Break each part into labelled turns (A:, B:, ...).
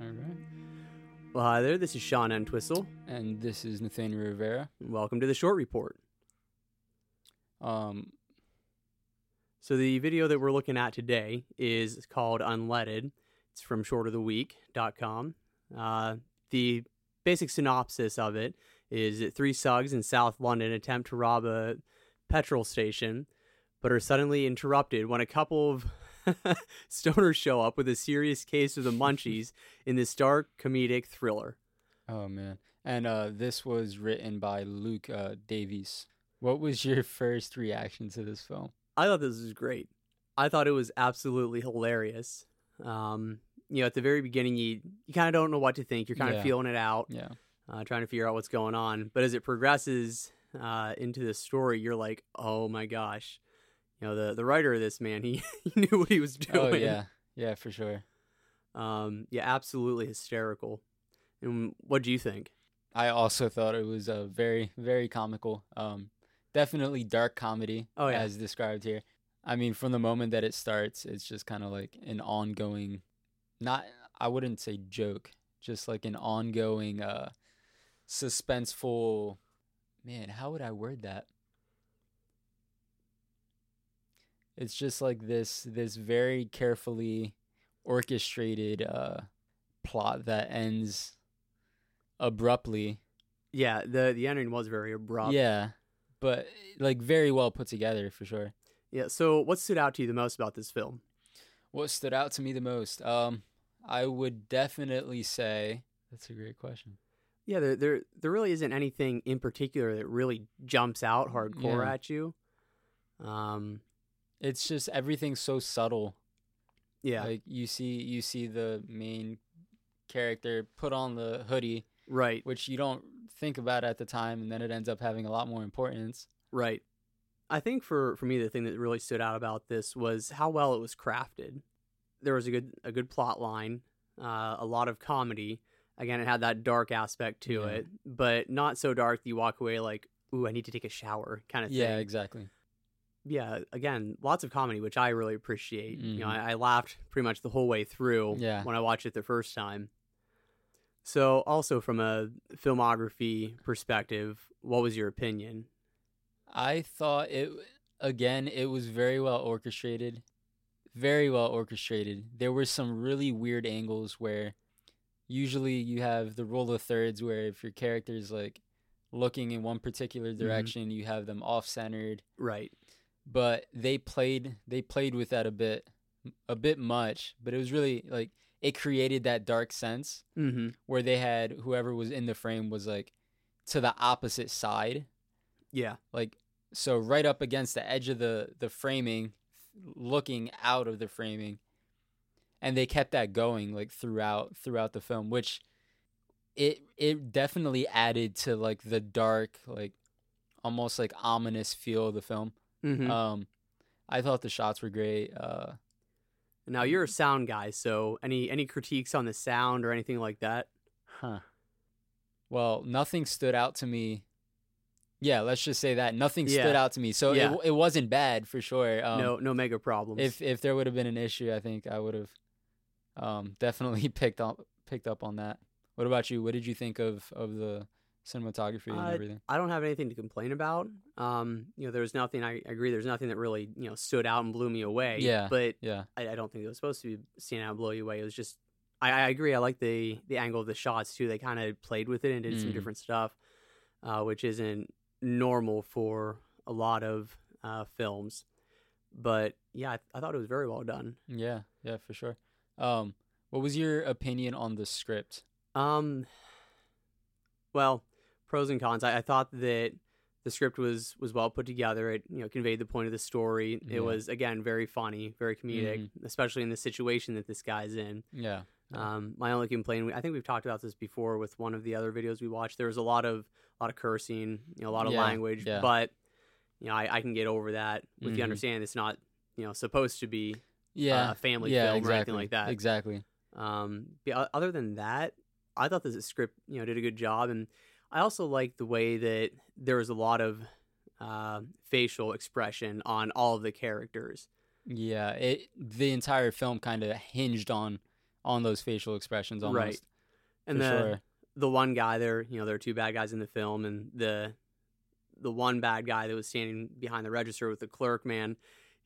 A: All right.
B: Well, hi there. This is Sean Entwistle.
A: And this is Nathaniel Rivera.
B: Welcome to the short report.
A: Um,
B: So, the video that we're looking at today is called Unleaded. It's from shortoftheweek.com. Uh, the basic synopsis of it is that three thugs in South London attempt to rob a petrol station, but are suddenly interrupted when a couple of stoners show up with a serious case of the munchies in this dark comedic thriller.
A: oh man. And uh, this was written by Luke uh, Davies. What was your first reaction to this film?
B: I thought this was great. I thought it was absolutely hilarious. Um, you know, at the very beginning, you you kind of don't know what to think. You're kind of
A: Yeah.
B: feeling it out,
A: Yeah.
B: uh, trying to figure out what's going on. But as it progresses uh, into this story, you're like, oh my gosh, you know, the the writer of this man, he, he knew what he was doing.
A: Oh yeah. Yeah, for sure.
B: um, yeah, absolutely hysterical. And what do you think?
A: I also thought it was uh, very, very comical. Um, definitely dark comedy,
B: Oh, yeah.
A: as described here. I mean, from the moment that it starts, it's just kind of like an ongoing, not I wouldn't say joke, just like an ongoing, uh, suspenseful. Man, how would I word that? It's just like this this very carefully orchestrated uh, plot that ends abruptly.
B: Yeah, the the ending was very abrupt.
A: Yeah, but like very well put together for sure.
B: yeah. So, what stood out to you the most about this film?
A: What stood out to me the most? Um, I would definitely say that's a great question.
B: Yeah, there, there there really isn't anything in particular that really jumps out hardcore
A: Mm, Yeah.
B: at you. Um,
A: It's just everything's so subtle.
B: yeah,
A: Like you see, you see the main character put on the hoodie,
B: right,
A: which you don't think about at the time, and then it ends up having a lot more importance.
B: right. I think for for me, the thing that really stood out about this was how well it was crafted. There was a good a good plot line, uh, a lot of comedy. Again, it had that dark aspect to
A: Yeah.
B: it, but not so dark that you walk away like, "Ooh, I need to take a shower," kind of thing.
A: Yeah, exactly.
B: yeah. Again, lots of comedy, which I really appreciate. You know,
A: Mhm.
B: I, I laughed pretty much the whole way through.
A: Yeah.
B: when I watched it the first time. So, also from a filmography perspective, what was your opinion?
A: I thought it again, it was very well orchestrated. Very well orchestrated. There were some really weird angles where usually you have the rule of thirds where if your character's like looking in one particular direction, you have them off centered.
B: Right.
A: But they played they played with that a bit a bit much, but it was really like it created that dark sense
B: Mm-hmm.
A: where they had whoever was in the frame was like to the opposite side
B: Yeah.
A: like so right up against the edge of the the framing looking out of the framing and they kept that going like throughout throughout the film which it it definitely added to like the dark like almost like ominous feel of the film
B: Mm-hmm.
A: um i thought the shots were great uh
B: now you're a sound guy, so any any critiques on the sound or anything like that?
A: huh well nothing stood out to me yeah let's just say that nothing stood
B: Yeah.
A: out to me so
B: Yeah.
A: it, it wasn't bad for sure um,
B: no, no mega problems.
A: if if there would have been an issue, I think I would have um, definitely picked up picked up on that. What about you? What did you think of of the cinematography and
B: Uh,
A: everything?
B: I don't have anything to complain about. Um, you know, there was nothing. I agree. There's nothing that really you know stood out and blew me away.
A: Yeah.
B: But
A: Yeah,
B: I, I don't think it was supposed to be seen out and blow you away. It was just I, I agree. I like the the angle of the shots too. They kind of played with it and did some
A: Mhm.
B: different stuff, uh, which isn't normal for a lot of uh, films. But yeah, I, I thought it was very well done.
A: yeah, yeah, for sure. Um, what was your opinion on the script?
B: Um, well, pros and cons. I, I thought that the script was was well put together. It you know conveyed the point of the story.
A: Yeah.
B: It was again very funny, very comedic, especially in the situation that this guy's in.
A: Yeah, Yeah.
B: Um, my only complaint, we- I think we've talked about this before with one of the other videos we watched. There was a lot of a lot of cursing, you know, a lot of
A: Yeah,
B: language,
A: yeah.
B: but you know, I, I can get over that with
A: Mhm.
B: the understanding it's not you know supposed to be
A: yeah,
B: a family
A: yeah,
B: film
A: exactly,
B: or anything like that.
A: Exactly.
B: Um, but o- other than that, I thought the script you know did a good job, and I also liked the way that there was a lot of uh, facial expression on all of the characters.
A: Yeah, it the entire film kind of hinged on on those facial expressions almost.
B: Right. and
A: for
B: the
A: sure.
B: the one guy there, you know, there are two bad guys in the film, and the the one bad guy that was standing behind the register with the clerk, man,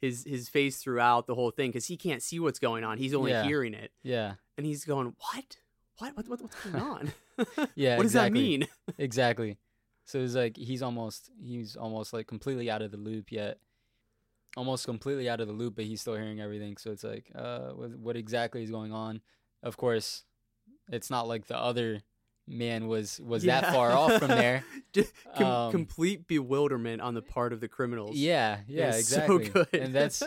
B: his his face throughout the whole thing because he can't see what's going on. He's only
A: Yeah.
B: hearing it,
A: Yeah.
B: and he's going, "What? What? What? what what's going on?
A: Yeah.
B: what does that
A: exactly.
B: mean?"
A: Exactly. So it's like he's almost he's almost like completely out of the loop yet. Almost completely out of the loop, but he's still hearing everything. So it's like, uh, what, what exactly is going on? Of course, it's not like the other man was was that
B: Yeah.
A: far off from there.
B: Just com-
A: Um,
B: complete bewilderment on the part of the criminals.
A: Yeah, yeah,
B: It's so
A: exactly.
B: good.
A: And that's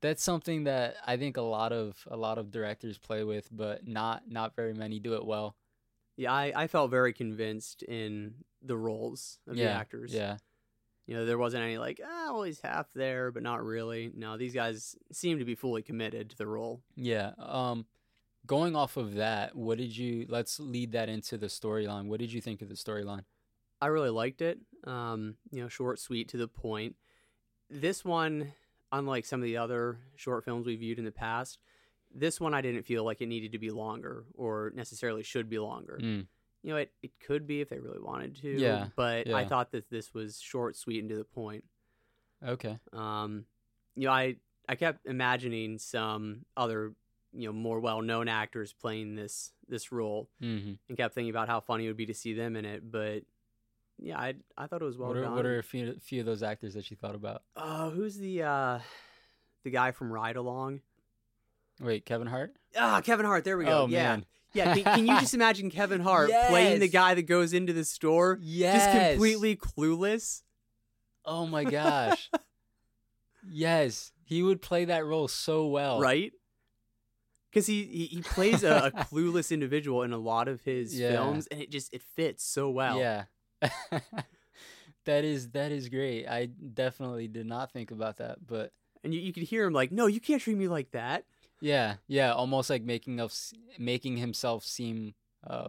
A: that's something that I think a lot of a lot of directors play with, but not not very many do it well.
B: yeah, I, I felt very convinced in the roles of
A: yeah,
B: the actors.
A: Yeah,
B: You know, there wasn't any like, ah, well, he's half there, but not really. No, these guys seem to be fully committed to the role.
A: yeah. Um, going off of that, what did you? Let's lead that into the storyline. What did you think of the storyline?
B: I really liked it. Um, you know, short, sweet, to the point. This one, unlike some of the other short films we viewed in the past, this one I didn't feel like it needed to be longer or necessarily should be longer.
A: Mm,
B: You know, it, it could be if they really wanted to.
A: Yeah,
B: But I
A: yeah.
B: thought that this was short, sweet, and to the point.
A: okay.
B: Um, you know, I I kept imagining some other you know more well known actors playing this this role,
A: hmm
B: and kept thinking about how funny it would be to see them in it. But yeah, I I thought it was well
A: what, are,
B: done.
A: what are a few few of those actors that you thought about?
B: Oh, who's the uh the guy from Ride Along?
A: Wait, Kevin Hart.
B: Ah, Kevin Hart. There we go.
A: Oh
B: yeah,
A: man,
B: yeah. Can, can you just imagine Kevin Hart playing the
A: Yes.
B: guy that goes into the store?
A: yes,
B: Just completely clueless.
A: Oh my gosh. yes, he would play that role so well.
B: right? Because he, he he plays a, a clueless individual in a lot of his
A: Yeah.
B: films, and it just it fits so well.
A: Yeah. that is that is great. I definitely did not think about that, but
B: And you, you could hear him like, "No, you can't treat me like that."
A: yeah, yeah, almost like making of making himself seem uh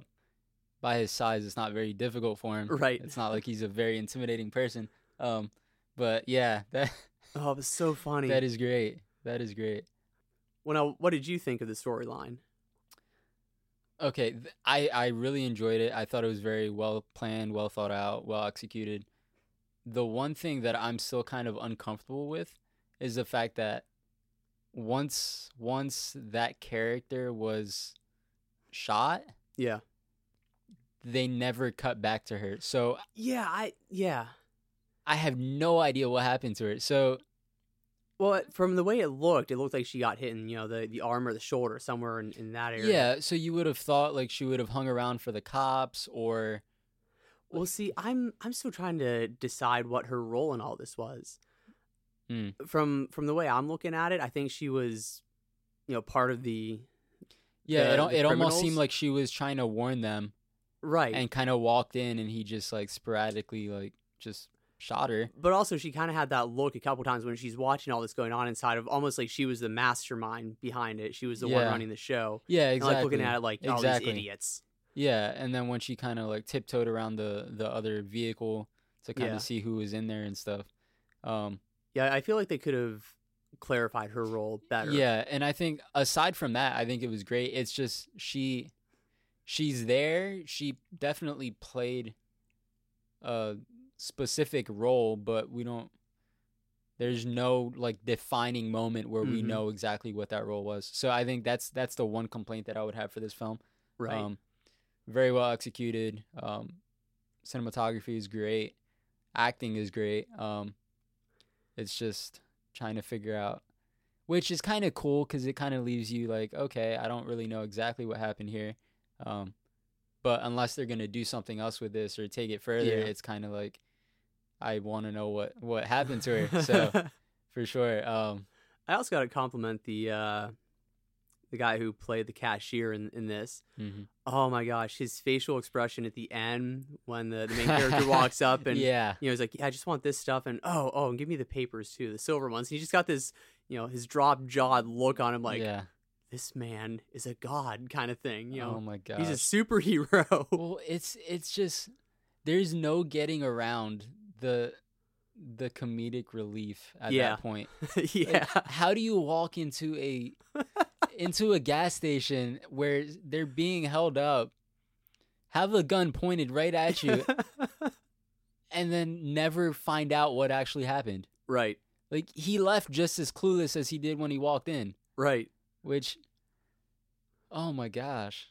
A: by his size it's not very difficult for him.
B: Right.
A: It's not like he's a very intimidating person. Um but yeah, that
B: Oh, it was so funny.
A: that is great. That is great.
B: Well, now, what did you think of the storyline?
A: Okay, th- I I really enjoyed it. I thought it was very well planned, well thought out, well executed. The one thing that I'm still kind of uncomfortable with is the fact that once once that character was shot,
B: Yeah,
A: they never cut back to her. So
B: yeah, I yeah.
A: I have no idea what happened to her. So
B: Well, it- from the way it looked, it looked like she got hit in you know the the arm or the shoulder somewhere in, in that area.
A: yeah, so you would have thought like she would have hung around for the cops or
B: Well, see, I'm I'm still trying to decide what her role in all this was.
A: Hmm.
B: From from the way I'm looking at it, I think she was, you know, part of the
A: yeah,
B: the-
A: it al-
B: the
A: it almost
B: criminals?
A: seemed like she was trying to warn them
B: right.
A: and kind of walked in and he just like sporadically like just shot her.
B: but also, she kind of had that look a couple times when she's watching all this going on inside of almost like she was the mastermind behind it. She was the one
A: Yeah.
B: running the show.
A: Yeah,
B: And,
A: exactly.
B: like looking at it like, oh,
A: Exactly.
B: these idiots.
A: yeah, and then when she kind of like tiptoed around the the other vehicle to kind of
B: Yeah.
A: see who was in there and stuff. Um
B: Yeah, I feel like they could have clarified her role better.
A: yeah, and I think aside from that, I think it was great. It's just she she's there. She definitely played a specific role, but we don't there's no like defining moment where we
B: Mhm.
A: know exactly what that role was. So I think that's that's the one complaint that I would have for this film.
B: right.
A: Um, very well executed. Um, cinematography is great. Acting is great. Um, it's just trying to figure out, which is kind of cool because it kind of leaves you like, okay, I don't really know exactly what happened here. Um, but unless they're gonna do something else with this or take it further,
B: Yeah.
A: it's kind of like I want to know what what happened to her. So for sure. Um,
B: I also got to compliment the uh, the guy who played the cashier in, in this.
A: mhm.
B: Oh my gosh, his facial expression at the end when the, the main character walks up and
A: yeah,
B: you know he's like, "Yeah, I just want this stuff," and oh, oh, and give me the papers too, the silver ones. he just got this, you know, his drop jawed look on him, like
A: yeah.
B: this man is a god kind of thing. You
A: oh
B: know,
A: my god.
B: he's a superhero.
A: Well, it's it's just there's no getting around the the comedic relief at
B: Yeah.
A: that point. Like,
B: yeah,
A: how do you walk into a into a gas station where they're being held up, have a gun pointed right at you, and then never find out what actually happened.
B: right,
A: Like he left just as clueless as he did when he walked in,
B: right.
A: which oh my gosh.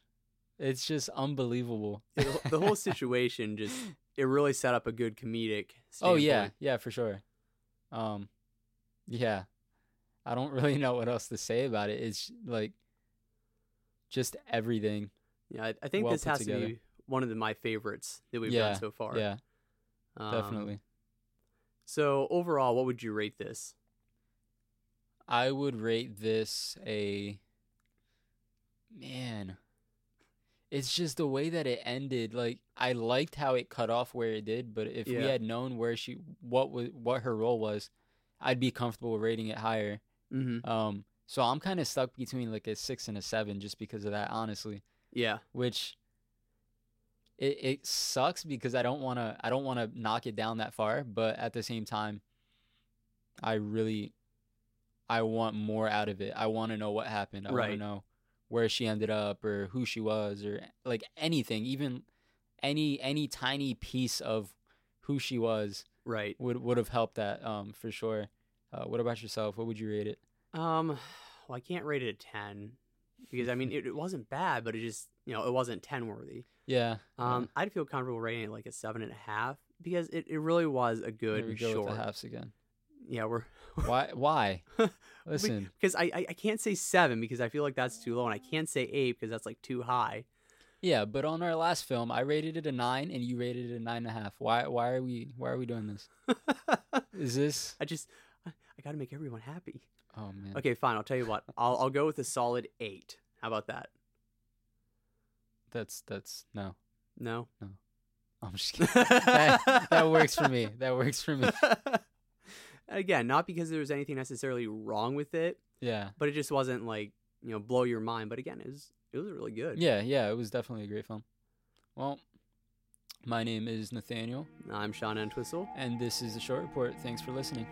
A: It's just unbelievable.
B: The, the whole situation just it really set up a good comedic.
A: Oh yeah,
B: standpoint.
A: yeah, for sure. Um yeah. I don't really know what else to say about it. It's like just everything.
B: yeah. I, I think
A: Well
B: this
A: put
B: has to
A: together.
B: be one of the, my favorites that we've
A: Yeah,
B: done so far.
A: Yeah,
B: Um,
A: definitely.
B: So overall, what would you rate this?
A: I would rate this a man. It's just the way that it ended. Like I liked how it cut off where it did, but if we
B: Yeah.
A: had known where she what was what her role was, I'd be comfortable rating it higher.
B: Mm-hmm.
A: Um so I'm kind of stuck between like a 6 and a 7 just because of that honestly,
B: Yeah,
A: which it it sucks because I don't want to I don't want to knock it down that far, but at the same time I really I want more out of it. I want to know what happened. I want to
B: Right.
A: know where she ended up or who she was or like anything, even any any tiny piece of who she was
B: right.
A: would would have helped that um for sure. Uh, what about yourself? What would you rate it?
B: Um, well, I can't rate it a ten because I mean it, it wasn't bad, but it just you know it wasn't ten worthy.
A: Yeah. yeah.
B: Um, I'd feel comfortable rating it like a seven and a half because it, it really was a
A: Here
B: good
A: we go
B: short.
A: with the halves again.
B: Yeah, we're
A: Why why?
B: We-
A: Listen.
B: because I, I I can't say seven because I feel like that's too low, and I can't say eight because that's like too high.
A: Yeah, but on our last film, I rated it a nine, and you rated it a nine and a half. Why? Why are we? Why are we doing this?
B: I
A: Is this?
B: just I, I got to make everyone happy.
A: Oh man.
B: Okay, fine. I'll tell you what. I'll I'll go with a solid eight. How about that?
A: That's that's no.
B: No,
A: I'm just kidding. that, that works for me. That works for me.
B: Again, not because there was anything necessarily wrong with it,
A: Yeah.
B: but it just wasn't like you know blow your mind. But again, it was it was really good.
A: Yeah. Yeah. It was definitely a great film. Well, my name is Nathaniel,
B: I'm Sean Entwistle.
A: and this is the short report. Thanks for listening.